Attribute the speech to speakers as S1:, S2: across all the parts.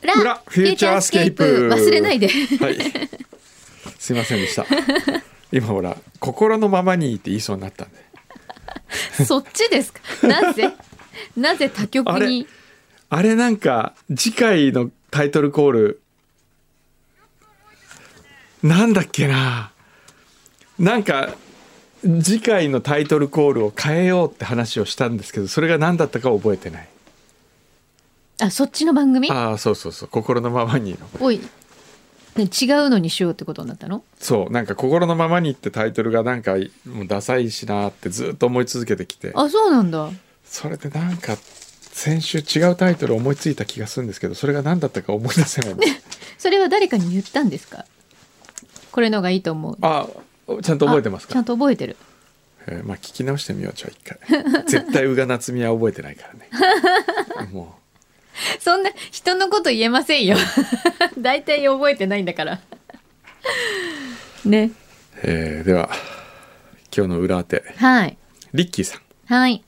S1: フューチャースケープ
S2: 忘れ ないで
S1: はいすいませんでした今ほら「心のままに」って言いそうになったんで
S2: そっちですかなぜなぜ他局
S1: あれ
S2: に
S1: あれなんか次回のタイトルコールなんだっけななんか次回のタイトルコールを変えようって話をしたんですけどそれが何だったか覚えてない
S2: あそっちの番組
S1: ああそうそうそう「心のままに」の
S2: おい、ね、違うのにしようってことになったの
S1: そうなんか「心のままに」ってタイトルがなんかもうダサいしなってずっと思い続けてきて
S2: あそうなんだ
S1: それでなんか先週違うタイトル思いついた気がするんですけどそれが何だったか思い出せないんです
S2: それは誰かに言ったんですかこれのがいいと思う
S1: あちゃんと覚えてます
S2: あちゃ
S1: か
S2: んと覚えてる
S1: えーまあ聞き直してみようじゃあ一回絶対宇賀夏美は覚えてないからねも
S2: そんな人のこと言えませんよ 大体覚えてないんだからね
S1: う、えーでは今日の裏当て
S2: はい
S1: リッキーさん
S2: はい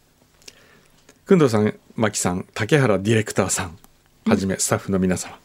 S1: 工藤さん牧さん竹原ディレクターさんはじめスタッフの皆様、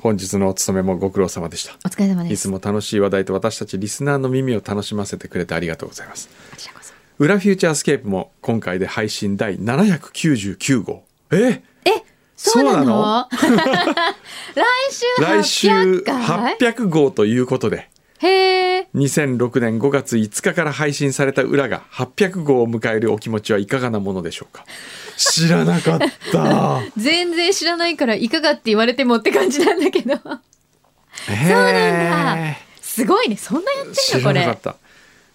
S1: 本日のお勤めもご苦労様でした
S2: お疲れ様で
S1: い
S2: す
S1: つも楽しい話題と私たちリスナーの耳を楽しませてくれてありがとうございます
S2: こちらこそ
S1: 裏フューチャースケープも今回で配信第799号え
S2: えそうなの
S1: そうなの
S2: 来
S1: 来
S2: 週
S1: 週
S2: 800回
S1: 800号ということで
S2: へえ
S1: 2006年5月5日から配信された裏が800号を迎えるお気持ちはいかがなものでしょうか知らなかった
S2: 全然知らないからいかがって言われてもって感じなんだけど
S1: そう
S2: そうなんだすごいねそんなやってん
S1: 知
S2: のこ
S1: らなか
S2: れ
S1: った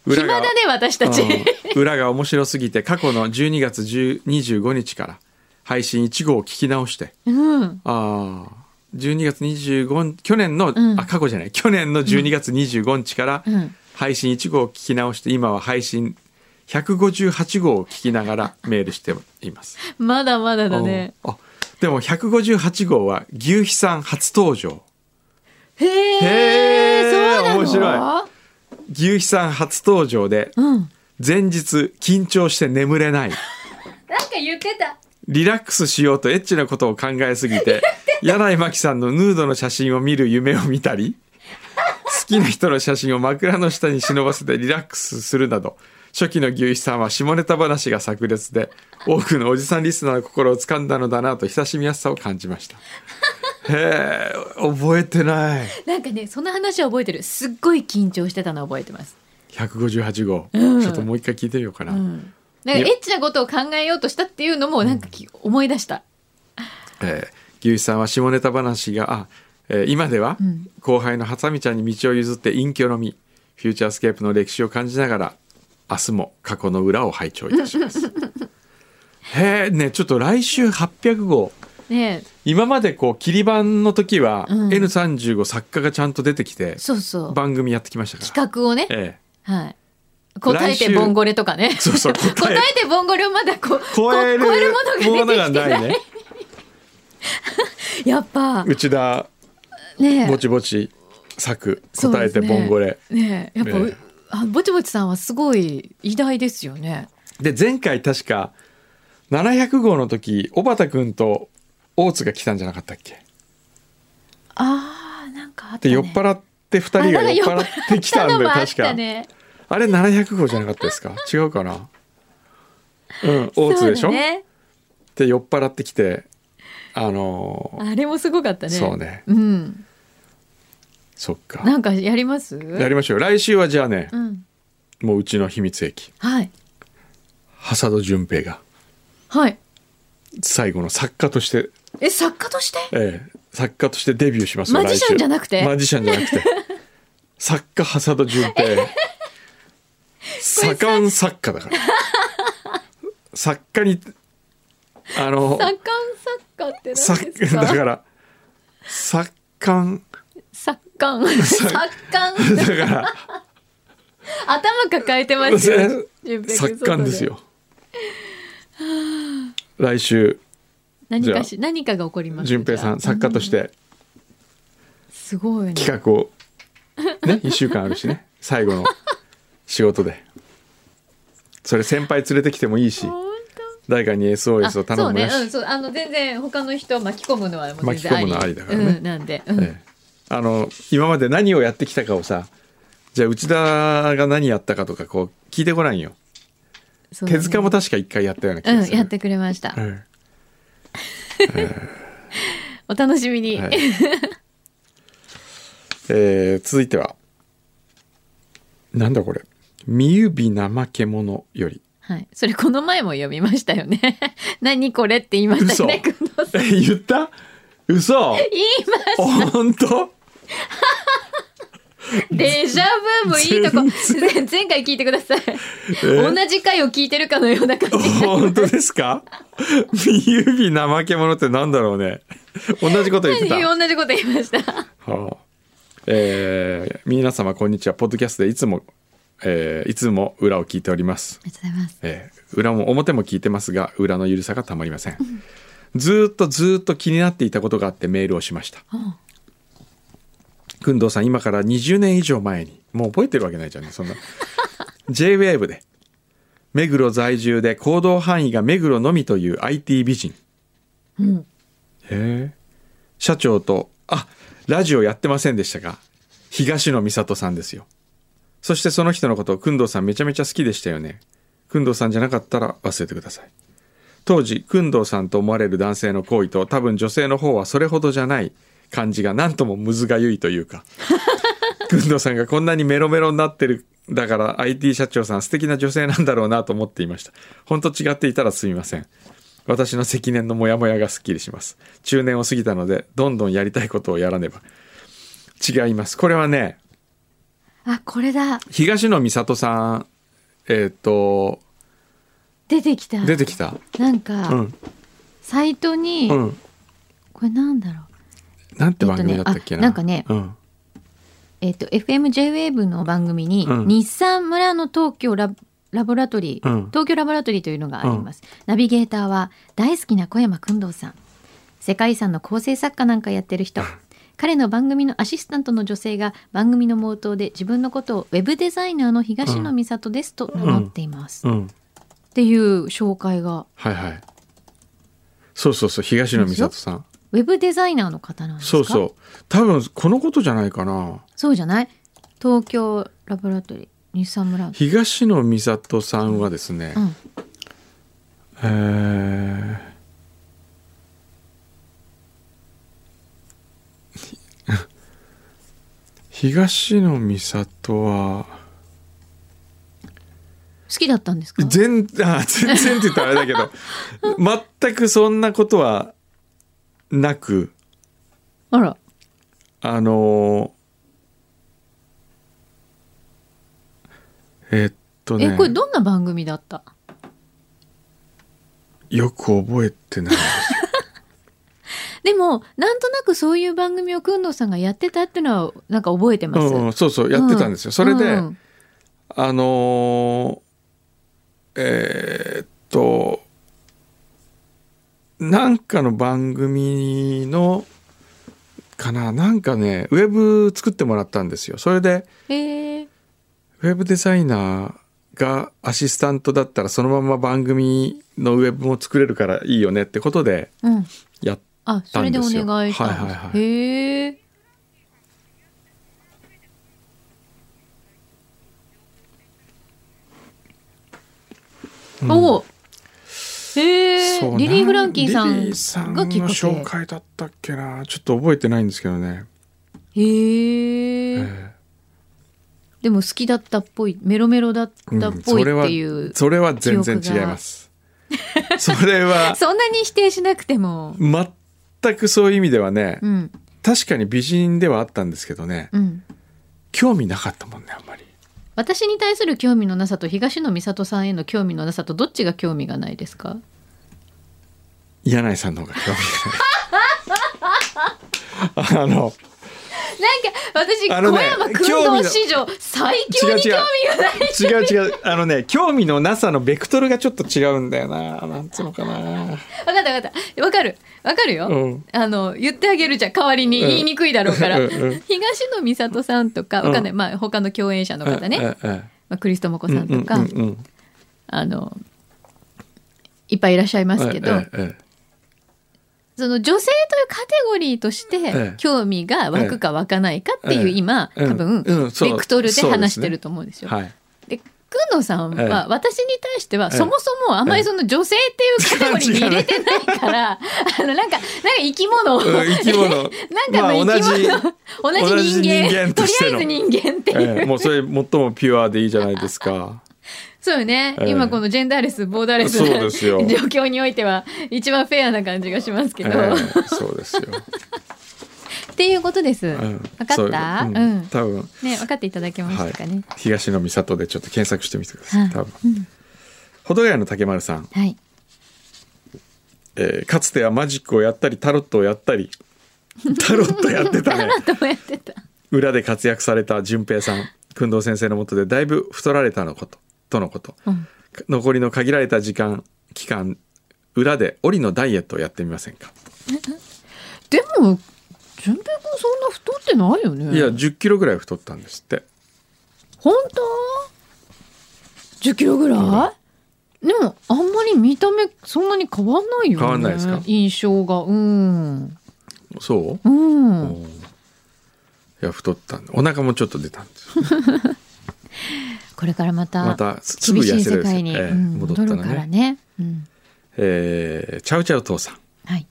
S2: 暇だね私たち、
S1: うん裏が面白すぎて過去の12月10 25日から配信1号を聞き直して
S2: うん
S1: ああ12月25去年の、
S2: うん
S1: あ過去じゃない去年の12月25日から
S2: うん
S1: 配信1号を聞き直して今は配信158号を聞きながらメールして います。
S2: まだまだだね
S1: うんあでも158号は牛肥さん初登場
S2: へえ
S1: へー
S2: そうなの
S1: 面白牛肥さん初登場で
S2: うんなんか
S1: 前日緊張して眠れない
S2: 言ってた
S1: リラックスしようとエッチなことを考えすぎて柳井真紀さんのヌードの写真を見る夢を見たり好きな人の写真を枕の下に忍ばせてリラックスするなど初期の牛一さんは下ネタ話が炸裂で多くのおじさんリスナーの心を掴んだのだなと親しみやすさを感じましたへえ覚えてない
S2: なんかねその話は覚えてるすっごい緊張してたのは覚えてます
S1: 158号、
S2: うん
S1: ちょっともう一回聞いてみようかな、
S2: うんなんかエッチなことを考えようとしたっていうのもなんかき、思い出した
S1: えー、牛一さんは下ネタ話があ、えー今では
S2: ん
S1: 後輩のハサミちゃんに道を譲って隠居のみフューチャースケープの歴史を感じながら明日も過去の裏を拝聴いたします へえねちょっと来週800号
S2: ねえ
S1: 今までこう切り版の時は、
S2: うん
S1: N35 作家がちゃんと出てきて
S2: そうそう
S1: 番組やってきましたから
S2: 企画をね、
S1: え
S2: はい答えて
S1: 来週
S2: ボンゴレとかね
S1: えそうそう答
S2: 答
S1: え
S2: えてボンゴレをまだこう
S1: 超える
S2: こ超えるものが出てきてない
S1: ね
S2: やっぱ
S1: 内田
S2: ね
S1: ぼ
S2: え
S1: ちぼち作
S2: そう
S1: 答
S2: で
S1: え
S2: す
S1: て
S2: ね
S1: ボンゴレ、
S2: ねえやっぱ、
S1: ねえ
S2: あぼちぼちさんはすごい偉大ですよね
S1: で前回確か700号の時小畑君と大津が来たんじゃなかったっけ
S2: あーなんかあった、
S1: で
S2: ね、
S1: 酔っ払って2人が酔っ払ってきたんだよ
S2: あなんか酔っ払っ
S1: 確か、
S2: ね、
S1: あれ700号じゃなかったですか違うかなうん大津でし
S2: そ
S1: ょ、
S2: うだね、
S1: で酔っ払ってきてあのー
S2: あれもすごかったね
S1: そうね
S2: うん
S1: そっか
S2: なんかやります
S1: やりましょう来週はじゃあね
S2: う、ん
S1: もううちの秘密駅
S2: はい
S1: 浅戸純平が
S2: はい
S1: 最後の作家として、
S2: え作家として
S1: ええ作家としてデビューしますよ
S2: マジシャン
S1: 来週
S2: じゃなくて
S1: マジシャンじゃな くて作家浅戸純平左官作家だから作家にあの
S2: 作家 作家って何
S1: 作
S2: です
S1: だ
S2: か
S1: から作家
S2: 作家 作家
S1: だから
S2: 頭抱えてますよ
S1: 全
S2: 純平君
S1: 作家です よ来週
S2: 何かし何かが起こります
S1: 純平さん
S2: じゃあ
S1: 作家として
S2: すごいね
S1: 企画をね1週間あるしね最後の仕事でそれ先輩連れてきてもいいし
S2: 本
S1: 誰かに SOS を頼むよ
S2: あそうね、うん、そう、あの、全然他の人を巻き込むのはもう全然あり。
S1: 巻き込むのはありだからね
S2: うん、なんで、うん
S1: ええあの今まで何をやってきたかをさじゃあ内田が何やったかとかこう聞いてごらんよ
S2: そう
S1: 手塚も確か一回やったような気
S2: う
S1: が
S2: ん、
S1: する、
S2: やってくれました。
S1: うん
S2: お楽しみに。
S1: はいえー続いてはなんだこれ「みゆび怠け者」より
S2: はい。それこの前も読みましたよね。 何これって言いましたよね。工
S1: 嘘
S2: 藤さん
S1: え言った嘘
S2: 言いま
S1: 本当
S2: す。デジャブもいいとこ。前回聞いてください。同じ回を聞いてるかのような感じ。
S1: 本当です かみゆび怠け者ってなんだろうね同じこと言ってた
S2: 同じこと言いました。
S1: はあえー皆様こんにちはポッドキャストでいつも、えーいつも裏を聞いております、
S2: ありがとうございます。
S1: えー裏も表も聞いてますが裏のゆるさがたまりませんずーっとずーっと気になっていたことがあってメールをしました
S2: あ
S1: 工藤さん今から20年以上前にもう覚えてるわけないじゃんねそ んな JWAVE で目黒在住で行動範囲が目黒のみという IT 美人
S2: うん。
S1: へえ社長とあラジオやってませんでしたが東野美里さんですよそしてその人のことを工藤さんめちゃめちゃ好きでしたよね工藤さんじゃなかったら忘れてください当時工藤さんと思われる男性の行為と多分女性の方はそれほどじゃない感じが何ともむずがゆいというか工藤さんがこんなにメロメロになってるだから IT 社長さん素敵な女性なんだろうなと思っていました本当違っていたらすみません私の積年のモヤモヤがすっきりします中年を過ぎたのでどんどんやりたいことをやらねば違いますこれはね
S2: あ、これだ。
S1: 東野美里さんえっ、と
S2: 出てきた。
S1: 出てきた
S2: なん
S1: う
S2: か、
S1: ん
S2: サイトに、
S1: うん
S2: これなんだろう。
S1: なんて番組だったっけな、
S2: えっとね
S1: うん
S2: えっ、と、FMJWAVE の番組に、
S1: うん
S2: 日産村の東京ララボラトリー、
S1: うん
S2: 東京ラボラトリーというのがあります。ナビゲーターは大好きな小山君堂さん。世界遺産の構成作家なんかやってる人。彼の番組のアシスタントの女性が番組の冒頭で自分のことをウェブデザイナーの東野美里ですと名乗っています。
S1: うん
S2: っていう紹介が
S1: はいはいそうそうそう東野美里さん
S2: ウェブデザイナーの方なんですか
S1: そうそう多分このことじゃないかな
S2: そうじゃない東京ラボラトリー日産村
S1: 東野美里さんはですね、
S2: うん
S1: えー 東野美里は
S2: 好きだったんですか
S1: 全あ全然って言ったらあれだけど全くそんなことはなく
S2: あら
S1: あのえっと
S2: え
S1: ね
S2: これどんな番組だった
S1: よく覚えてない
S2: でもなんとなくそういう番組をくんどうさんがやってたっていうのはなんか覚えてます、
S1: うんうん、そうそうやってたんですよ、それで、
S2: うん
S1: あのーえーっとなんかの番組のかななんかねウェブ作ってもらったんですよそれで
S2: へえ
S1: ウェブデザイナーがアシスタントだったらそのまま番組のウェブも作れるからいいよねってことで
S2: うん
S1: やっ
S2: あそれでお願いしたんです
S1: はいはいはい
S2: へえおへえ
S1: そう
S2: リリー・フランキンさ
S1: リリ
S2: ん
S1: ーさんの
S2: がきっか
S1: 紹
S2: け
S1: 介だったっけなちょっと覚えてないんですけどね、
S2: へえ、
S1: え
S2: でも好きだったっぽいメロメロだったっぽいっていう、
S1: うんそれはそれは全然違いますそれは
S2: そんなに否定しなくても
S1: 全くそういう意味ではね、
S2: うん
S1: 確かに美人ではあったんですけどね
S2: うん
S1: 興味なかったもんねあんまり
S2: 私に対する興味のなさと東野美里さんへの興味のなさとどっちが興味がないですか
S1: 柳井さんの方が興味 がないあの
S2: なんか私、
S1: あのね
S2: 小山君堂史上最強に興味がない
S1: 違う違うあのね興味のなさのベクトルがちょっと違うんだよななんつうのかな
S2: 分かった分かった分かる分かるよ、
S1: うん
S2: あの言ってあげるじゃん代わりに
S1: うん
S2: 言いにくいだろうから、
S1: うんうん
S2: 東野美里さんとか分かんない、まあ他の共演者の方ね、
S1: ええええ
S2: まあ、クリストモコさんとか、
S1: うんうんうんうん
S2: あのいっぱいいらっしゃいますけど、
S1: ええええ
S2: その女性というカテゴリーとし
S1: え
S2: て
S1: え
S2: 興味が湧くか湧かないかっていう
S1: ええ
S2: 今、
S1: うん
S2: 多分、
S1: うんそう
S2: ベクトルで
S1: そうですね
S2: 話してると思うんですよ。
S1: はい
S2: で、くんのさん
S1: ええ
S2: は私に対しては、
S1: ええ
S2: そもそもあんまりその女性っていうカテゴリーに入れてないから、 あの、なんか、なんか生き物を、
S1: うん生き物
S2: なんかの生き物、 同
S1: 同
S2: じ
S1: じ
S2: 人間、
S1: 人間
S2: とり
S1: として
S2: あ
S1: の
S2: えず人間っていう。
S1: ええもうそれ最もピュアでいいじゃないで すか
S2: そうよね、
S1: ええ
S2: 今このジェンダーレス、ボーダーレス
S1: そう
S2: な
S1: ですよ
S2: 状況においては、一番フェアな感じがしますけ
S1: え
S2: ど。
S1: えそうですよ、
S2: っていうことです。
S1: う
S2: わ、
S1: ん
S2: か
S1: そ
S2: っ
S1: う
S2: たう。
S1: うんん、多分
S2: ね、分かっていただけましたかね。
S1: 東野美里でちょっと検索してみてください、
S2: はい
S1: 多分、程谷の竹丸さ ん、
S2: はい。
S1: えーかつてはマジックをやったりタロットをやったりタロットやってたね
S2: どうやってた
S1: 裏で活躍された淳平さん薫堂先生のもとでだいぶ太られたのこととのこと、
S2: うん
S1: 残りの限られた時間期間裏で折のダイエットをやってみませんか、
S2: でも、淳平君そんな太ってないよね。
S1: いや1 0キロぐらい太ったんですって
S2: 本当 ?10 キロぐらい、でも、あんまり見た目、そんなに変わんないよね。
S1: 変わんないですか
S2: 印象が。うん。
S1: そうう、
S2: ん。
S1: いや太ったんだお腹もちょっと出た んです
S2: これからまた、
S1: またすすぐ
S2: 厳し
S1: 痩
S2: い
S1: せる
S2: 世
S1: んですよ
S2: 界に、
S1: ええ
S2: うん
S1: 戻った
S2: 戻
S1: らね
S2: るからね。うん。
S1: えー、チャウチャウ父さん
S2: はい。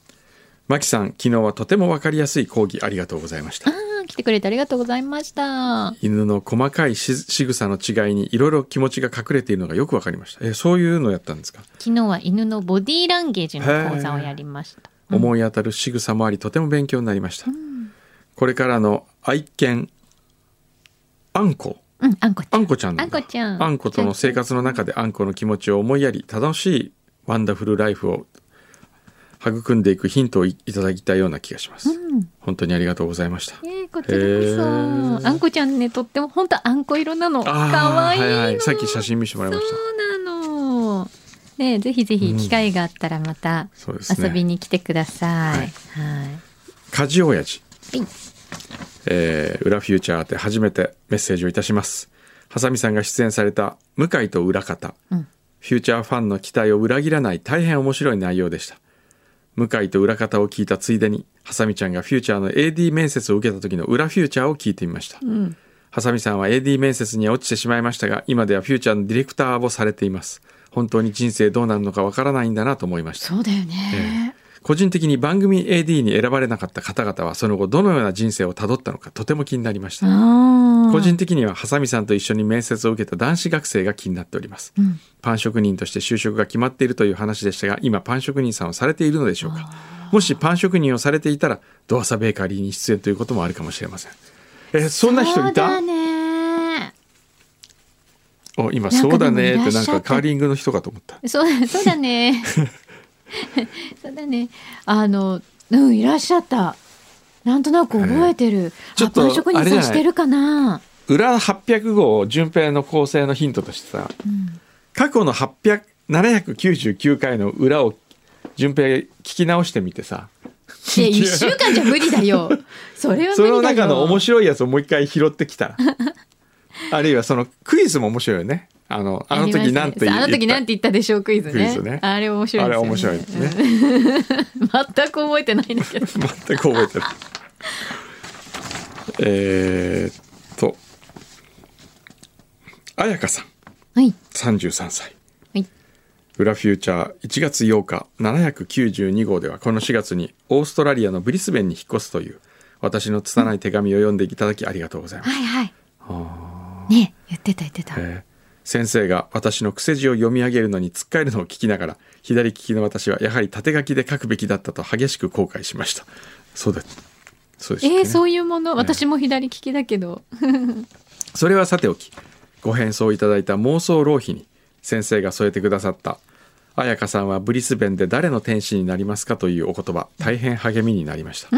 S1: マキさん昨日はとても分かりやすい講義ありがとうございまし
S2: あ
S1: た
S2: あ、来てくれてありがとうございました。
S1: 犬の細かいし仕草の違いにいろいろ気持ちが隠れているのがよく分かりましたえそういうのやったんですか、
S2: 昨日は犬のボディーランゲージの講座をやりました。
S1: 思い当たる仕草もありとても勉強になりました、これからの愛犬あんこ
S2: うん、あんこちゃ
S1: あ
S2: ん。
S1: んこちゃんな
S2: あ
S1: んだ
S2: んこちゃん
S1: あんことの生活の中であんこの気持ちを思いやり楽しいワンダフルライフを育んでいくヒントをいいただきたような気がします、
S2: うん
S1: 本当にありがとうございました
S2: ねえこちらこ
S1: へえ
S2: そ。あんこちゃんね、とっても本当あんこ色なの。かわ
S1: あー
S2: いいの、
S1: ははさっき写真見せてもらいまし
S2: そうなの。ねえぜひぜひ機会があったらまた
S1: そうですね
S2: 遊びに来てください。はい。
S1: た家事親父
S2: はい
S1: えー、裏フューチャーで初めてメッセージをいたしますハサミさんが出演された向井と裏方、
S2: うん
S1: フューチャーファンの期待を裏切らない大変面白い内容でした向井と裏方を聞いたついでにハサミちゃんがフューチャーの AD 面接を受けた時の裏フューチャーを聞いてみました、ハサミさんは AD 面接には落ちてしまいましたが今ではフューチャーのディレクターをされています本当に人生どうなるのかわからないんだなと思いました
S2: そうだよね。
S1: 個人的に番組 AD に選ばれなかった方々はその後どのような人生をたどったのかとても気になりました、
S2: ああ。
S1: 個人的にはハサミさんと一緒に面接を受けた男子学生が気になっております、パン職人として就職が決まっているという話でしたが今パン職人さんをされているのでしょうかもしパン職人をされていたらドアサベーカリーに出演ということもあるかもしれませんえそんな人
S2: そう
S1: いた
S2: だね。
S1: お今「
S2: なんか
S1: そうだね」
S2: でも
S1: っ
S2: い
S1: て
S2: ら
S1: な
S2: っ
S1: ん
S2: しゃ
S1: か
S2: って
S1: カーリングの人かと思った
S2: そう、そうだ ね。そうだね。あの、うん、いらっしゃった。なんとなく覚えてる。
S1: ちょっと
S2: あパン職人
S1: あれじゃ
S2: さ
S1: なんい
S2: してるかな。
S1: 裏800号を順平の構成のヒントとしてさ
S2: うん
S1: 過去の800 799回の裏を順平聞き直してみてさ
S2: いや、一週間じゃ無理だ よ。それは無理だよ。
S1: その中の面白いやつをもう一回拾ってき たらあるいはそのクイズも面白いよねあのあの時なんて言
S2: あ
S1: った
S2: の時なんて言ったでしょうクイズね。
S1: クイズね
S2: あれ面白い
S1: あ
S2: ですよ、
S1: れ面白いですね
S2: うん。全く覚えてないんだけど。
S1: 全く覚えて ないえーっと彩香さん
S2: はい。
S1: 33歳
S2: はい。
S1: 裏フューチャー1月8日792号ではこの4月にオーストラリアのブリスベンに引っ越すという私の拙い手紙を読んでいただきありがとうございます、
S2: はいはい。ね言ってた言ってた。
S1: えー先生が私の癖字を読み上げるのにつっかえるのを聞きながら左利きの私はやはり縦書きで書くべきだったと激しく後悔しましたそうだそうでしたっ
S2: え
S1: けね
S2: ー、そういうもの、私も左利きだけど。
S1: それはさておきご返送いただいた妄想浪費に先生が添えてくださった「彩香さんはブリスベンで誰の天使になりますか?」というお言葉大変励みになりました、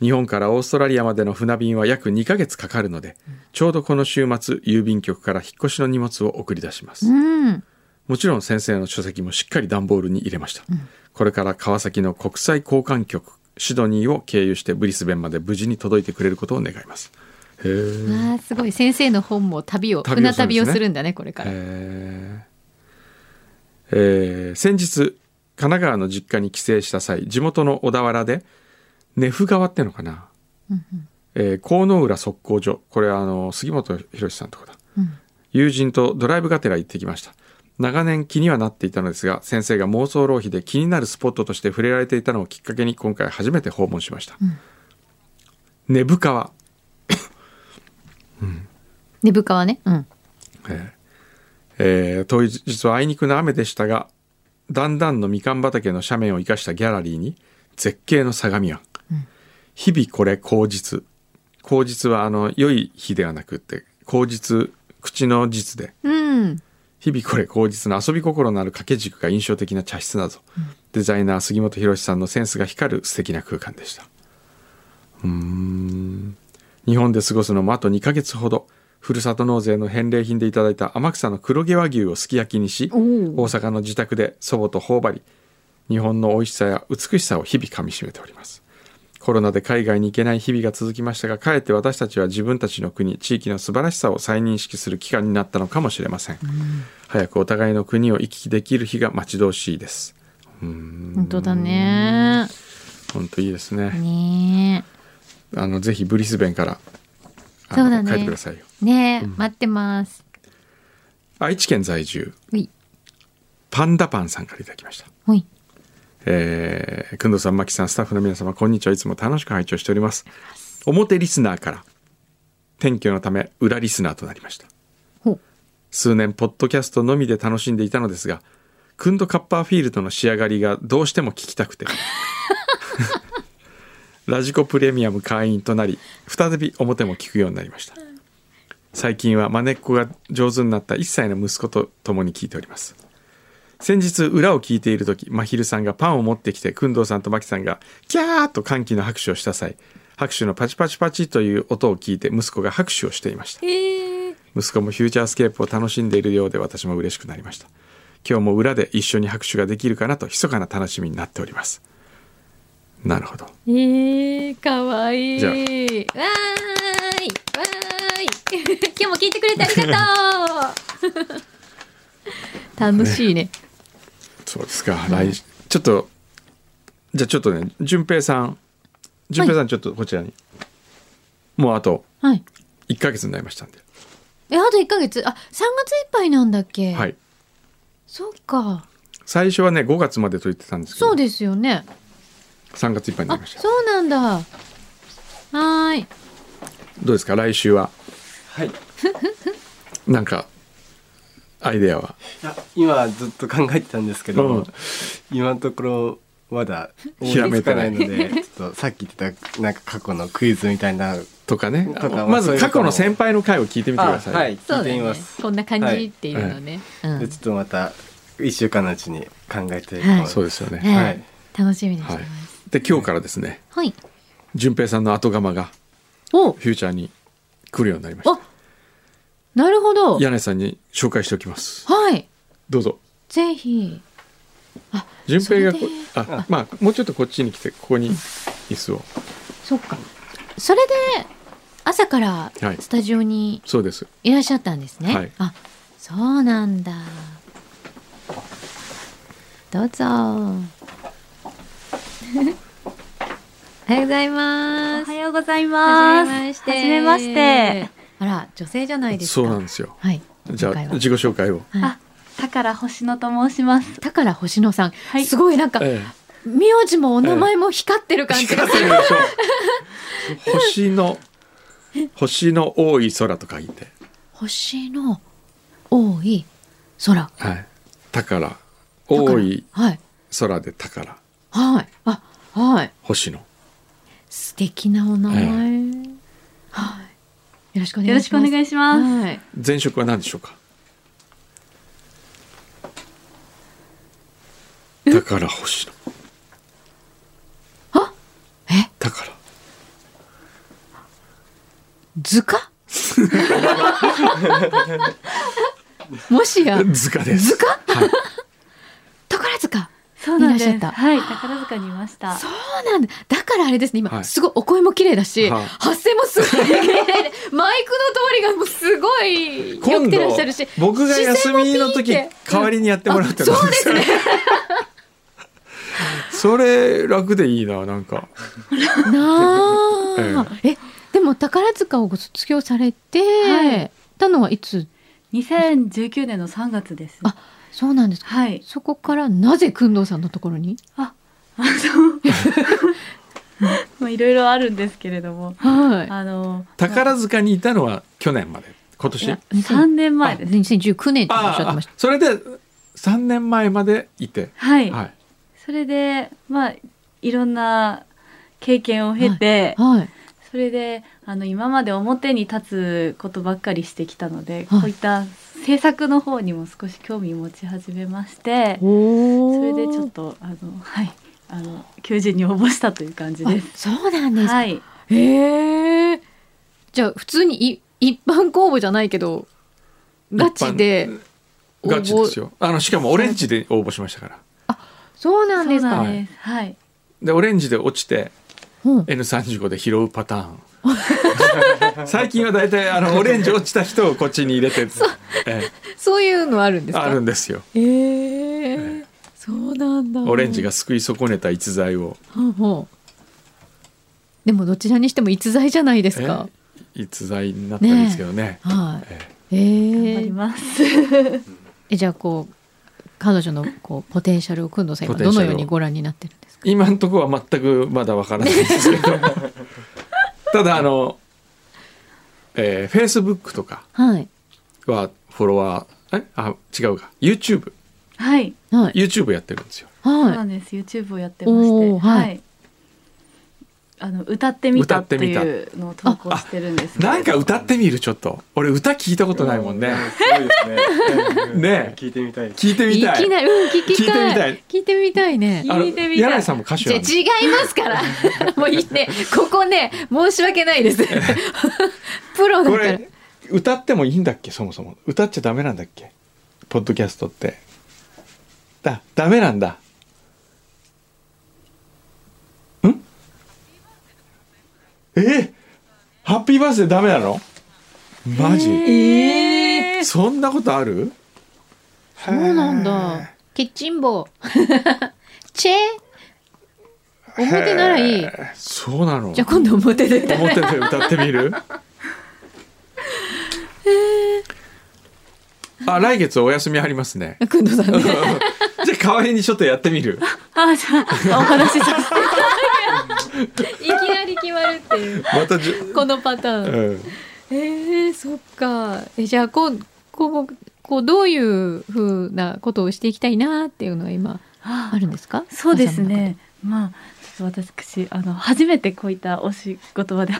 S1: 日本からオーストラリアまでの船便は約2ヶ月かかるのでちょうどこの週末郵便局から引っ越しの荷物を送り出します、
S2: うん。
S1: もちろん先生の書籍もしっかり段ボールに入れました、これから川崎の国際交換局シドニーを経由してブリスベンまで無事に届いてくれることを願いますへえ
S2: わあすごい先生の本も旅を
S1: 旅
S2: 船
S1: をするんですね
S2: 旅をするんだねこれから。
S1: えーえー先日神奈川の実家に帰省した際地元の小田原で根府川ってのかな、えー河野浦測候所これはあの杉本博さんのとこだ、
S2: うん
S1: 友人とドライブがてら行ってきました長年気にはなっていたのですが先生が妄想浪費で気になるスポットとして触れられていたのをきっかけに今回初めて訪問しました、根府川
S2: 根深はね、うん、
S1: えーえー当日はあいにくの雨でしたがだんだんのみかん畑の斜面を生かしたギャラリーに絶景の相模湾、日々これ口実口実はあの良い日ではなくって口実口の実で
S2: うん、
S1: 日々これ口実の遊び心のある掛け軸が印象的な茶室など、デザイナー杉本博さんのセンスが光る素敵な空間でしたうーん日本で過ごすのもあと2ヶ月ほどふるさと納税の返礼品でいただいた天草の黒毛和牛をすき焼きにし大
S2: おー
S1: 阪の自宅で祖母と頬張り日本の美味しさや美しさを日々かみしめておりますコロナで海外に行けない日々が続きましたがかえって私たちは自分たちの国地域の素晴らしさを再認識する期間になったのかもしれません、早くお互いの国を行き来できる日が待ち遠しいです
S2: 本当だね。
S1: 本当いいですね、
S2: ね
S1: あのぜひブリスベンからあ
S2: そうだ
S1: の
S2: ね
S1: 帰ってくださいよ
S2: え、ねえ、待ってます。
S1: 愛知県在住
S2: ほい、
S1: パンダパンさんからいただきました
S2: ほい、
S1: えー、くんどうさん、まきさん、スタッフの皆様、こんにちは。いつも楽しく拝聴しております。表リスナーから、転居のため、裏リスナーとなりました。
S2: ほう、
S1: 数年、ポッドキャストのみで楽しんでいたのですが、くんどカッパーフィールドの仕上がりがどうしても聞きたくて、ラジコプレミアム会員となり、再び表も聞くようになりました。最近は、まねっこが上手になった1歳の息子と共に聞いております。先日裏を聞いている時まひるさんがパンを持ってきて工藤さんとまきさんが「キャー!」と歓喜の拍手をした際拍手のパチパチパチという音を聞いて息子が拍手をしていました
S2: ええ、
S1: 息子もフューチャースケープを楽しんでいるようで私も嬉しくなりました今日も裏で一緒に拍手ができるかなと密かな楽しみになっておりますなるほど
S2: ええ、可愛い
S1: じゃあ
S2: わーい、わーい。 今日も聞いてくれてありがとう。楽しいね。
S1: そうですか来ちょっとじゃあちょっとね順平さん順平さんちょっとこちらに、もうあと
S2: はい。
S1: 1ヶ月になりましたんで
S2: え、あと一ヶ月、あ、三月いっぱいなんだっけ。
S1: は。い
S2: そうか。
S1: 最初はね5月までと言ってたんですけど
S2: そうですよね。
S1: 3月いっぱいにな
S2: あ
S1: りまし、た
S2: そうなんだ。はーい。
S1: どうですか来週ははいなんかアイデアは
S3: や今ずっと考えてたんですけど、
S1: うん
S3: 今のところまだ
S1: ひら
S3: 思
S1: め
S3: いつ
S1: いてな
S3: かないいのでちょっとさっき言ってたなんか過去のクイズみたいな
S1: とかね
S3: とか
S1: まず
S3: そういう
S1: 過
S3: のか
S1: 去
S3: も
S1: の先輩の回を聞いてみてください、
S3: はい
S2: そ
S3: 聞
S2: うだ
S3: いてみ
S2: よ
S3: ま
S2: ね
S3: す。
S2: こんな感
S3: は
S2: じ
S3: い
S2: っていうのね。う
S3: で
S2: ん
S3: ちょっとまた一週間のうちに考えていこ
S2: はい
S1: そうですよね、
S2: ね
S3: はい
S2: 楽しみにして
S1: はい
S2: ます。
S1: で今日からですね
S2: はい。
S1: 順平さんの後釜が
S2: お、
S1: フューチャーに来るようになりました
S2: あ、なるほど。
S1: 柳井さんに紹介しておきます
S2: はい。
S1: どうぞ
S2: ぜひ。
S1: 順平がこ
S2: それで
S1: あまあもうちょっとこっちに来てここに椅子を
S2: そっか。それで朝から
S1: はい
S2: スタジオに
S1: そうです
S2: いらっしゃったんですね。
S1: はい
S2: あ、そうなんだ。どうぞ。 おはようございます。
S4: おはようござい
S2: は
S4: ます。
S2: じめまして。
S4: はじめまして。。
S2: あら、女性じゃないですか。
S1: そうなんですよ
S2: はい。
S1: じゃ
S2: 今回
S1: あ
S2: は
S1: 自己紹介を
S2: はい
S4: あ、宝星野と申します。
S2: だから星野さん、
S4: い
S2: すごいなんか、
S1: ええ
S2: 名字もお名前も光ってる感じがする。
S1: 星の星の多い空と書いて、
S2: 星の多い空。
S1: はい、宝多い
S2: だからはい。
S1: 空で宝
S2: はい。あ、はい。
S1: 星の
S2: 素敵なお名前。
S1: え
S2: はい。よろしくお願い
S4: よろ
S2: し
S4: し
S2: ます。
S4: くお願いします。
S2: はい。
S1: 前職は何でしょうか宝星の
S2: え、
S1: 宝
S2: 図 鑑もしや、
S1: 塚です
S2: 塚
S1: はい、
S2: 宝塚。
S4: そそうなんです
S2: いらっしゃった
S4: はい宝塚にいました
S2: そうなんだ。だからあれですね、今、
S1: はい
S2: すごいお声も綺麗だし、
S1: はい
S2: 発声もすごい 綺麗で、マイクの通りがもうすごい、よ
S1: 今
S2: くてらっ
S1: 度
S2: しゃるし、
S1: 僕が休みの
S2: 姿勢
S1: 時
S2: もピーって
S1: 代わりにやってもらうっての
S2: あ
S1: は
S2: そうですね。
S1: それ楽でいいななんか
S2: なあ、え、でも宝塚をご卒業されて、
S4: はい
S2: たのはいつ、
S4: 2019年の3月です
S2: あそうなんですか。
S4: はい
S2: そこからなぜ工藤さんのところに
S4: ああの まあいろいろあるんですけれども
S2: は
S4: あの
S1: 宝塚にいたのは去年まで今
S4: い
S1: 年
S4: や3年前
S2: い。
S4: です
S2: 2019年っておっしゃって
S1: あ
S2: ま
S1: あ
S2: した。
S1: それで3年前までいて
S4: はい、
S1: はい
S4: それでまあいろんな経験を経て、
S2: はい。
S4: それであの今まで表に立つことばっかりしてきたので、
S2: はい
S4: こういった制作の方にも少し興味持ち始めまして
S2: お
S4: それ
S2: ー
S4: でちょっとあのはいあの求人に応募したという感じ
S2: あ
S4: です。
S2: そうなんですか。
S4: はい、
S2: へえ。じゃあ普通にい一般公募じゃないけどガチで応募
S1: ガチですよあのしかもオレンジで応募しましたから
S2: そうなんです
S4: そう
S2: か。
S4: なんですはい、
S1: でオレンジで落ちて
S2: うん
S1: N35 で拾うパタ ーン最近は大体あのオレンジ落ちた人をこっちに入れて、え
S2: そういうのあるんで
S1: え
S2: すか。
S1: あるんですよ
S2: へえそうなんだ。
S1: オレンジが。救い損ねた逸材を
S2: ほうほうでもどちらにしても逸材じゃないですか。
S1: 逸材になったんですけどね
S2: は
S1: ええ
S2: い。
S4: 頑張
S2: へ
S4: り
S2: え。
S4: ます。
S2: えじゃあこう彼女のこうポテンシャルをくんどさん今
S1: ポテン
S2: ど
S1: シャ
S2: の
S1: ルを
S2: ようにご覧になってるんですか。
S1: 今のところは全くまだわからないんですけ どただあのえー、Facebook とか
S2: はい
S1: はフォロワーえあ違うか YouTubeYouTube
S4: はい、
S2: はい
S1: やってるんですよ
S4: そう
S2: はい
S4: な。んです YouTube をやってまして、
S2: おーはい
S4: はいあの歌ってみたって
S1: 歌っ
S4: いうのを投稿してるんですけど
S1: なんか歌ってみるちょっと俺歌聞いたことないもんね
S3: すごいですね。
S1: ねえ
S3: 聞いてみたいです。
S1: 聞いてみたい
S2: きなり、うん、聞き
S1: 聞いてみ
S2: た
S1: た
S2: い
S1: い。
S2: 聞いてみたいね。
S1: あの
S4: 聞いてみたい
S1: 柳井さんも歌手
S2: じゃ
S1: なんです
S2: 違いますから。もういいね。ここね、申し訳ないです。 プロだ
S1: こ
S2: から。
S1: れ歌ってもいいんだっけそもそも歌っちゃダメなんだっけポッドキャストってだダメなんだんえーハッピーバースデーダメなのマジ、
S2: ええ
S1: そんなことある
S2: そうなんだ。キッチン ボー。チェ表ならいい。
S1: そうなの
S2: じゃあ今度表で歌う。
S1: 表で歌ってみ るあ来月お休みありますね
S2: くんどさんね。
S1: じゃあ代わりにちょっとやってみる
S4: あじゃあお話しさ せて
S2: いきなり決まるっていう。
S1: またじゅ、
S2: このパタ
S1: う
S2: ーン。
S1: ん、
S2: ええそっか。え、じゃあ、こう、こう、こう、どういうふうなことをしていきたいなっていうのは今、あるんですか
S4: そうです。ね。まあ、ちょっと私、あの、初めてこういったお仕事場で。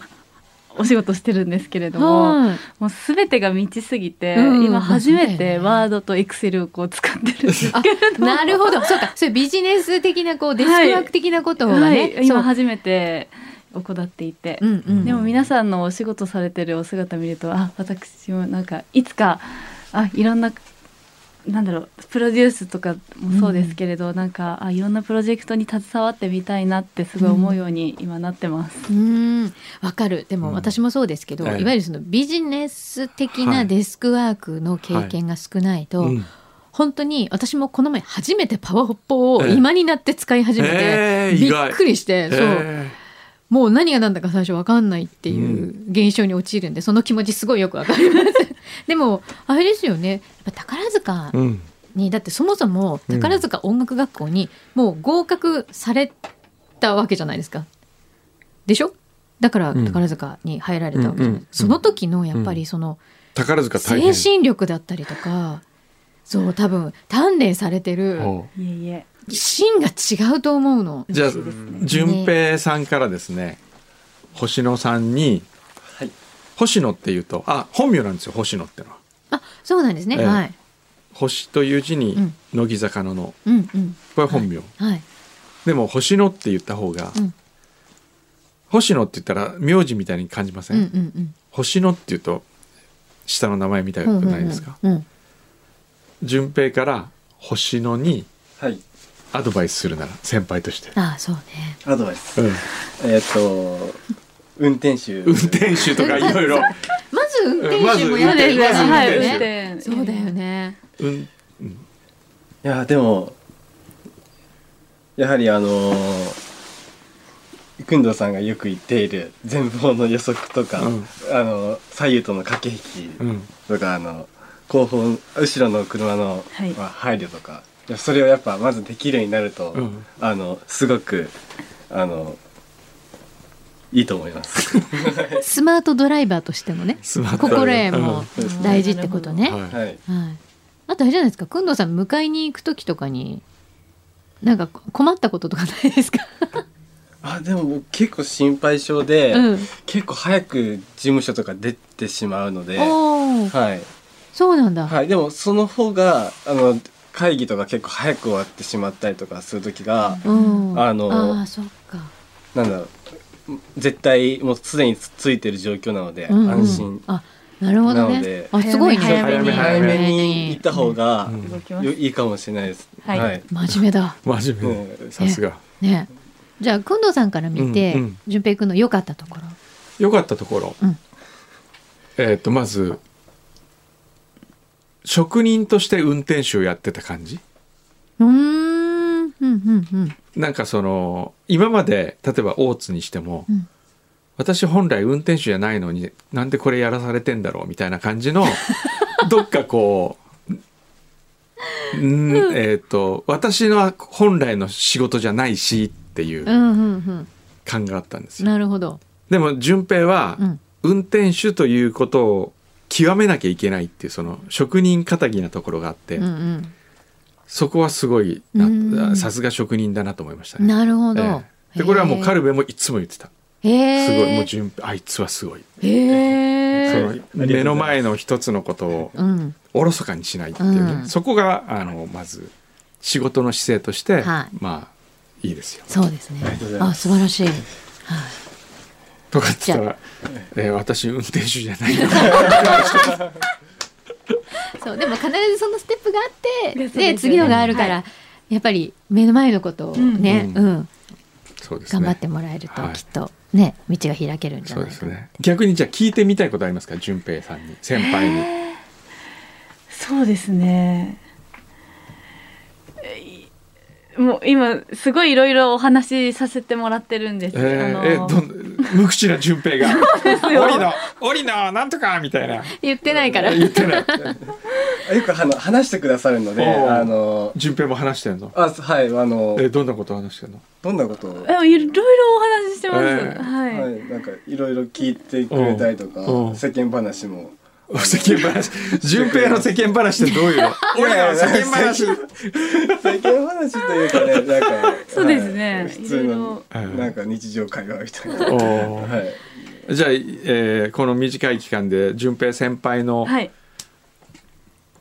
S4: お仕事してるんですけれども、
S2: はい。
S4: もうすべてが満ちすぎて、
S2: うん
S4: 今初
S2: そう
S4: め
S2: だよね
S4: てワードとエクセルをこう使ってるんですけ
S2: あ
S4: れども、
S2: なるほど。そうか。そういうビジネス的な、こう、デスクワーク的なことがね。
S4: はい、
S2: そう
S4: 今初めて行っていて、
S2: うんうん。
S4: でも皆さんのお仕事されてるお姿見ると、あ、私もなんかいつか、あ、いろんな。なんだろうプロデュースとかもそうですけれど、なんかあいろんなプロジェクトに携わってみたいなってすごい思うように今なってます。
S2: うーんわかるで
S1: う
S2: も
S1: ん
S2: 私もそうですけど、
S1: ええ
S2: いわゆるそのビジネス的
S1: は
S2: ないデスクワークの経験が少ないと、
S1: うん
S2: 本当に私もこの前初めてパワポを
S1: ええ
S2: 今になって使い始めて、
S1: ええ
S2: び
S1: 意
S2: っ
S1: 外
S2: くりして、そう
S1: え
S2: もう何が何だか最初わかんないっていう現象に陥るんで、その気持ちすごいよくわかり ますでもあれですよねやっぱ宝塚
S1: ーうん
S2: にだってそもそも
S1: うん
S2: 宝塚音楽学校にもう合格されたわけじゃないですか。でしょだから
S1: うん
S2: 宝塚に入られたわけじゃない、
S1: うんうん
S2: その時のやっぱ
S1: う
S2: り
S1: ん
S2: その
S1: 宝塚
S2: 精
S1: 大変
S2: 神力だったりとかそう多分鍛錬されてる
S1: おう
S4: いえいえ。
S2: 芯が違うと思うの。
S1: じゃあ
S4: 嬉しいですね
S1: 順平さんからですね星野さんに
S3: はい。
S1: 星野っていうとあ本名なんですよ星野ってのは
S2: あそうなんですね、
S1: ええ
S2: はい。
S1: 星という字に
S2: うん
S1: 乃木坂のの
S2: うんうん
S1: これ本名、
S2: はい。
S1: でも星野って言った方が、
S2: うん
S1: 星野って言ったら名字みたいに感じませ
S2: うん
S1: ん、
S2: うん
S1: 星野って言うと下の名前みたい
S2: うん。
S1: くないですか、
S2: うんうんうん
S1: 順平から星野に
S3: はい。
S1: アドバイスするなら先輩として、
S2: ああそうね
S3: アドバイス
S1: うん、
S3: えっ、と運転手
S1: 運転手とかいろいろ
S2: まず運転手もやって
S1: え
S2: い
S1: ま
S2: か
S1: ず運
S2: な
S4: はいい
S2: と
S1: 転手
S2: ね、
S4: 運転
S2: そうだよね
S1: うん
S3: いやでもやはりあのー、工藤さんがよく言っている前方の予測とか、
S1: うん
S3: あの左右との駆け引き
S1: うん
S3: とか、あの後方後ろの車の、
S4: はい
S3: まあ、配慮とかいやそれをやっぱまずできるようになると、
S1: うん
S3: あのすごくあのいいと思 います。
S2: スマートドライバーとしてもね
S1: スマートド
S2: 心
S1: ライ
S2: 得
S1: バー
S2: も
S3: うん
S2: 大事ってことね、
S1: はい
S3: はい、
S2: はい、あとあれじゃないですか工藤さん迎えに行く時とかになんか困ったこととかないですか、
S3: あでも僕結構心配性で、
S2: うん、
S3: 結構早く事務所とか出てしまうので、は
S2: おお
S3: い、
S2: そうなんだ、
S3: はい、でもその方があの会議とか結構早く終わってしまったりとかする時が、
S2: うん、
S3: あの
S2: あーそっか
S3: なんだろう絶対もうすでにつついてる状況なので、
S2: うんうん
S3: 安心
S2: あなるほど
S3: なの
S2: ね
S3: で
S2: あすごいね
S4: 早めに
S3: 早めに行った方が
S1: うん
S4: 動き
S3: よ
S4: ます
S3: いいかもしれないです。
S4: はい
S2: 真面目だ
S1: 真面目
S3: うん
S1: さすが
S2: ねじゃあ工藤さんから見て、
S1: う
S2: 淳
S1: んうん
S2: 平君の良かったところ
S1: 良かったところ、
S2: うん
S1: えっ、とまず職人として運転手をやってた感じ
S2: うーんうんうんうん
S1: なんかその今まで例えば大津にしても、
S2: うん
S1: 私本来運転手じゃないのになんでこれやらされてんだろうみたいな 感じのどっかこうんえっ、と私の本来の仕事じゃないしっていう
S2: うんうん
S1: 感があったんです
S2: うん
S1: よ。
S2: なるほど
S1: でも順平は、
S2: うん
S1: 運転手ということを極めなきゃいけないっていうその職人かたぎなところがあって、
S2: うんうん
S1: そこはすごいな
S2: うん
S1: さすが職人だなと思いましたね。
S2: なるほど、
S1: ええでこれはもうカ
S2: ル
S1: ルベもいつも言ってた。
S2: すご
S1: すごいもう
S2: い
S1: 順あいつはすごい。
S2: へえ
S1: そ
S3: ー
S1: の目の前の一つのことを
S2: うん
S1: おろそかにしないっていうね、
S2: うん
S1: そこがあのまず仕事の姿勢として、
S2: はい
S1: まあいいですよ。
S2: そうですね
S3: りがとうござい
S2: あ
S3: ます
S2: 素晴らしいはい
S1: とかって言ったら、えー私運転手じゃ ないの
S2: そうでも必ずそのステップがあって
S4: で
S2: で、
S4: すね
S2: 次のがあるから、やっぱり目の前のことをね、
S1: う
S2: うんん
S1: そうですね。
S2: 頑張ってもらえると
S1: はい
S2: きっとね、道が開けるんじゃ
S1: そう
S2: ない
S1: で
S2: か
S1: すね。逆にじゃあ聞いてみたいことありますか、順平さんに、先輩に。
S4: そうですね。えいもう今すごいいろいろお話しさせてもらってるんです。
S1: えー
S4: あ
S1: え
S4: の
S1: どん無口な順平が「
S4: よ
S1: オリのオリのなんとか」みたいな
S2: 言ってないから
S1: 言ってない
S3: あよくあの話してくださるので、
S1: おう
S3: あの
S1: 順平も話してんの
S3: あはいあの
S1: えどんなこと話してんの
S3: どんなことを、
S4: えいろいろお話ししてます。
S1: えー
S4: はい。
S3: はいなんかいろいろ聞いてくれたりとか
S1: おうおう
S3: 世間話も。
S1: 世間話順平の世間話ってどういうの
S3: い
S1: 俺
S3: や
S1: ら
S3: い
S1: の
S3: や
S1: 世間話
S3: 世間話というかね、なんか。
S4: そうですね
S3: はい普通の、
S1: いろいろ
S3: なんか日常会話みたいな。
S1: おー
S3: はい。
S1: じゃあ、えーこの短い期間で順平先輩の、
S4: はい。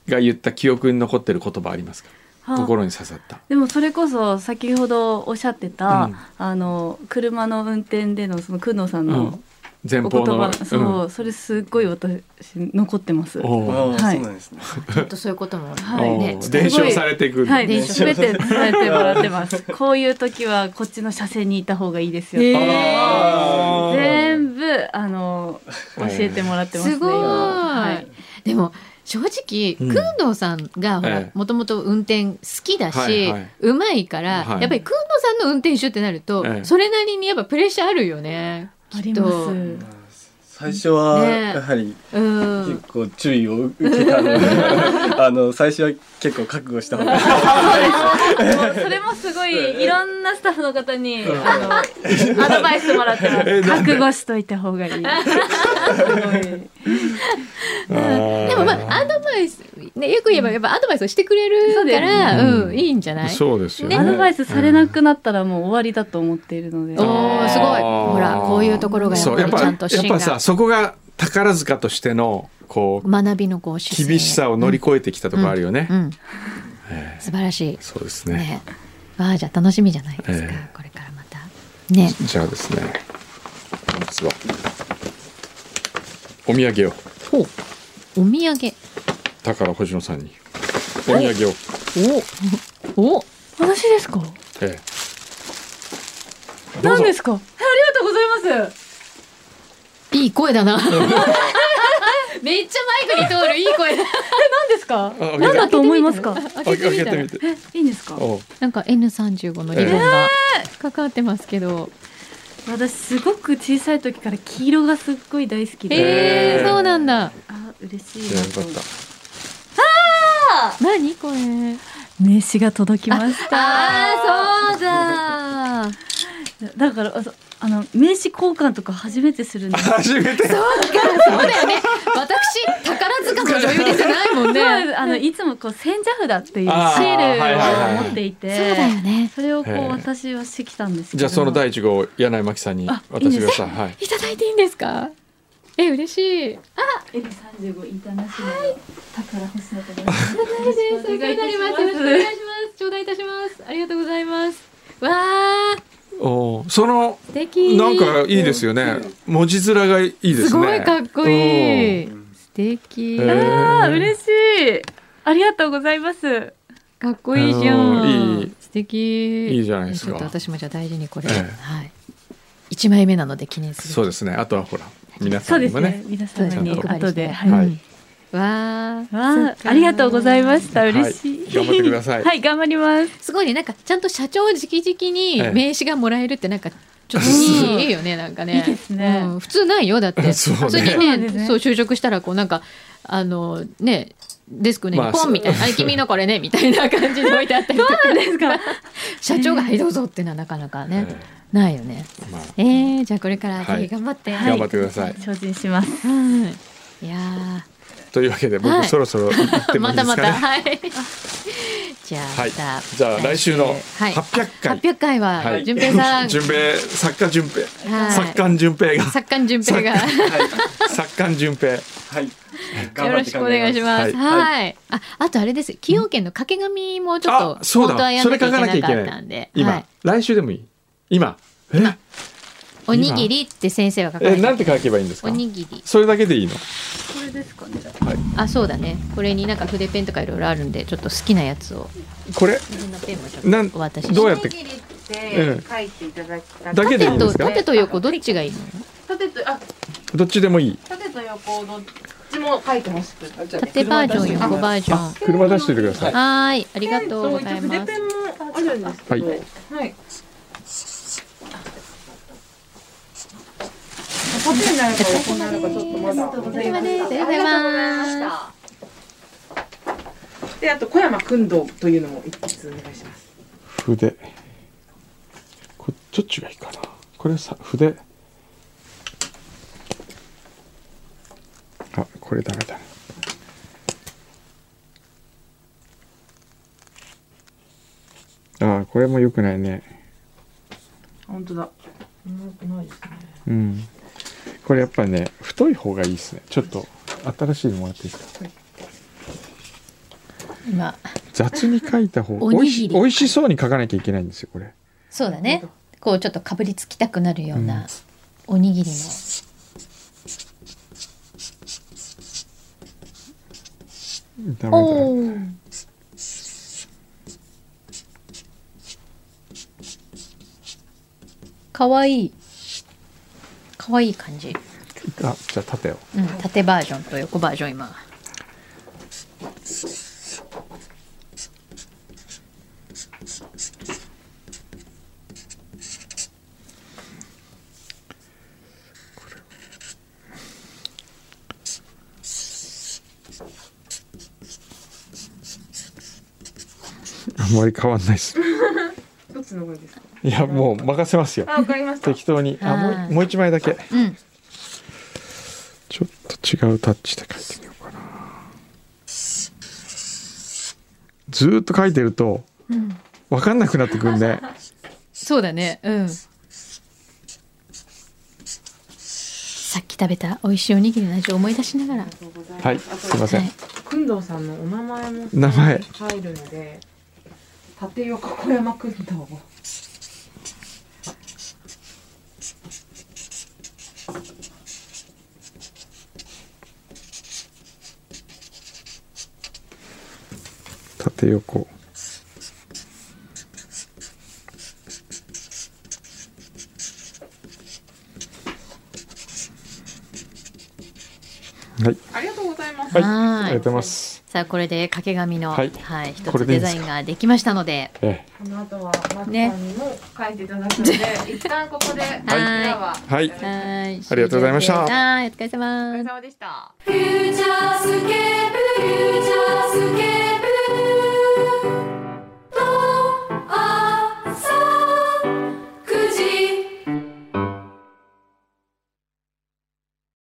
S1: が言った記憶に残ってる言葉ありますか
S4: はあ
S1: 心に刺さった
S4: でもそれこそ先ほどおっしゃってた、
S1: うん
S4: あの車の運転でのその久能さん
S1: う
S4: の
S1: ん前
S4: お
S1: 方
S4: 言
S1: の
S4: 葉、そう、
S1: ん
S4: それすっごい私残ってます。は
S1: おー
S3: ああ、
S4: はい
S3: そうなんですね。
S2: ちょっとそういうことも、
S4: はい
S1: お
S2: ね
S1: ー
S4: すごい
S1: 伝承されていくる
S4: い、で全て伝えてもらっ てます。こういう時はこっちの車線にいた方がいいですよ。
S2: へー
S1: あー
S4: 全部あの教えてもらってますね。
S2: すごい、
S4: 今は
S2: でも正直
S1: うん
S2: 工藤さんがほ
S1: ええ
S2: らもともと運転好きだ
S1: はい
S2: し、
S1: はいう
S2: まいから、
S1: はい
S2: やっぱり工藤さんの運転手ってなると、
S1: ええ
S2: それなりにやっぱプレッシャーあるよねき
S4: あ
S2: っ
S4: りま
S2: と。
S4: す。
S3: 最初は、
S2: ね
S3: やはり、
S2: うん
S3: 結構注意を受けたので、あの、最初は結構覚悟した方がい い。
S4: もうそれもすごいいろんなスタッフの方にあのアドバイスもらってま
S1: え
S4: す。
S1: なん
S4: 覚悟しといた方がい い。す
S1: あ
S4: ごい
S1: ー
S2: でもまあアドバイス、ね、よく言えばやっぱアドバイスをしてくれ
S4: そう
S2: るか
S4: だよね
S2: ら、
S1: う
S2: うんんいいんじゃない
S1: そうですよね
S4: アドバイスされなくなったらもう終わりだと思っているので。
S2: おーすごいほらこういうところがやっ
S1: そう
S2: ぱりちゃんと
S1: やっぱ
S2: 芯
S1: や
S2: が
S1: っぱさそこが宝塚としてのこう
S2: 学びのこう姿勢
S1: 厳しさを乗り越えてきたところあるよね、
S2: うん、
S1: え
S2: 素晴らしい
S1: ーそうですね
S2: ねわあじゃあ楽しみじゃないですか、
S1: え
S2: これからまたね
S1: じゃあですね本日はお土産を
S2: ほうお土産
S1: 宝星野さんにお土産を
S2: おお
S4: 私ですか
S1: ええどう
S4: 何
S1: ぞ
S4: ですかありがとうございます
S2: いい声だ なめっちゃマイクに通るいい声だ
S4: 何ですか
S1: あ
S4: 何だと思いますか
S2: 開けてみたら
S1: 開けてみて
S4: いいんですか
S1: おう
S2: なんか N35 のリボンがかかってますけど、
S4: 私すごく小さい時から黄色がすっごい大好き
S2: えー、
S4: で、
S1: えー
S2: そうなんだ
S4: あ嬉し
S1: じ
S4: い
S1: ゃあ
S4: な
S1: よか
S4: と
S1: った
S2: 何これ
S4: 名刺が届きました
S2: あーそうだ
S4: だからあそあの名刺交換とか初めてする んです
S1: 初めて
S2: そうだよね 私宝塚の女優ですないもん
S4: で
S2: ね
S4: あのいつもこう千社札っていうシ
S1: あーはいはい
S4: ー
S1: はい
S4: ルを持っていて、
S2: そうだよね
S4: それをこ
S1: へー
S4: う私はしてきたんですけど
S1: じゃあその第一号を柳井真紀さんに
S4: あ
S1: 渡してくださいはい
S2: いただいていいんですかえ嬉しい
S4: N35 インターナショナルの宝星野と申します
S2: 嬉しい
S4: お願いいたします
S2: よろしくお願いします頂戴いたしますありがとうございますわあ
S1: おうその
S2: 素敵
S1: なんかいいですよね文字面がいいですね
S2: すごいかっこいい素敵
S1: へー
S4: あー嬉しいありがとうございます
S2: かっこいいじゃん。
S1: あのいい
S2: 素敵。
S1: いいじゃないですか
S2: ちょっと私もじゃあ大事にこれ、
S1: ええ
S2: はい。一枚目なので記念する。
S1: そうですねあとはほら皆
S4: そ
S1: さ
S4: うん
S1: に
S4: です
S1: も
S4: ね
S1: ね
S4: 皆様に
S1: ちゃん
S2: と
S4: 後で、
S2: は
S4: は
S1: ね
S4: い
S1: はい
S2: わあ、
S4: わ
S2: そっ
S4: あ
S2: か
S4: ありがとうございまし。た嬉しい、
S1: はい頑張ってください
S4: はい頑張ります
S2: すごいね、なんかちゃんと社長直々
S1: ええ
S2: に名刺がもらえるってなんか。ちょっと
S4: うん
S2: いいよね、なんかね。
S4: いいですね
S2: うん普通ないよ、だって。
S1: そうね
S2: 最近
S4: そう
S2: ね、
S4: ですね
S2: そう就職したら、こうなんか、あの、ね。デスクね、
S1: まあ
S2: ポンみたいな、あ、君のこれね、みたいな感じで置いてあったりとか。
S4: そう ですか
S2: 社長が、はい、どうぞっていうのはなかなかね、
S1: え
S2: ないよね。
S1: えまあ
S2: えー、じゃあこれから
S1: はい
S2: ぜひ頑張って、
S1: 頑張ってください
S4: 精進します
S2: はい、いやー
S1: というわけで
S2: は
S1: 僕
S2: い
S1: そろそろ行っても
S2: ま
S1: いいで
S2: たま
S1: すかね
S2: た はいじゃあ
S1: は
S2: ま
S1: い
S2: た、
S1: じゃあ来週の
S2: はい
S1: 800回
S2: 800回
S1: は
S2: はい順平さん、
S1: 順平作家順平
S2: はい
S1: 作家順平が
S2: 作家順平が
S1: 作家順平
S3: はい。
S2: よろしくお願いします
S1: は
S2: はいい、
S3: は
S2: ああとあれです崎陽軒の掛け紙もちょっと
S1: あそうだ
S2: 本当はやんなきゃいけなかったんで
S1: 今、
S2: はい、
S1: 来週でもいい今え
S2: おにぎりって先生は書か
S1: え
S2: れ
S1: なん
S2: て
S1: て書けばいいんです
S2: お
S1: か
S2: にぎり
S1: それだけでいいの
S4: これですかね
S2: あそうだねこれになんか筆ペンとかいろいろあるんでちょっと好きなやつを
S1: これ
S2: 自分のペンもちょっ
S1: なん
S2: とお渡しして
S1: どうやって
S5: おにぎりって書いていただきた
S1: だけでいいんですか
S2: 縦と横どっちがいいの
S5: 縦とあ
S1: どっちでもいい
S5: 縦と横どっちも書いてほしくて。
S2: 縦バージョン横バージョンは
S1: 車出しててください、
S2: ーいありがとうござい
S5: 筆
S2: ま
S5: ペ
S2: す
S5: ンもあるんですけど。
S1: は
S5: はいい。縦になるか横になるかちょっとまだ。ありがとうご
S2: ざいます
S5: ありがとうございました。であと小山君堂というのも一筆お願いします。
S1: 筆こどっちがいいかなこれさ筆あこれダメだねあーこれも良くないね
S5: 本当だ。うんないですね。
S1: うんこれやっぱね太い方がいいですねちょっと新しいのもらっていいですか
S2: 今
S1: 雑に書いた方が
S2: お
S1: お
S2: に
S1: い
S2: ぎ
S1: し
S2: り
S1: 美味しそうに書かなきゃいけないんですよこれ
S2: そうだねこうちょっとかぶりつきたくなるようなおにぎりの
S1: ダメだ
S2: おおかわいいかわいい感じ、
S1: あじゃあ縦を
S2: うん、縦バージョンと横バージョン今
S1: あんまり変わんないです
S5: どっちの方がいいですか。
S1: いやもう任せますよ
S5: あわかりました。
S1: 適当にあも
S2: は
S1: う
S2: い
S1: もう一枚だけ
S2: うん
S1: ちょっと違うタッチで書いてみようかなずーっと書いてると分かんなくなってくるんで
S2: そうだねうんさっき食べた美味しいおにぎりの味を思い出しながら
S5: ありがとうござ
S1: はい
S5: ます
S1: すいません、
S2: はい
S5: 君堂さんのお名前も
S1: 名前
S5: 入るので縦横小山君堂を
S1: 縦横はい、
S2: はい
S1: ありがとうございます。
S2: さあこれで掛け紙の、
S1: は
S2: はいい一
S1: これ
S2: つ
S1: でい
S2: デ
S1: いで
S2: ザ
S1: すか
S2: インができましたので
S1: え
S5: この後はマクさんにも書いていただくので、一旦ここではいは
S1: はい
S5: お疲
S2: はい
S1: ありがとうございました
S2: はいお疲れ様
S5: れ様でした。
S6: 「フューチャースケープフューチャースケープ」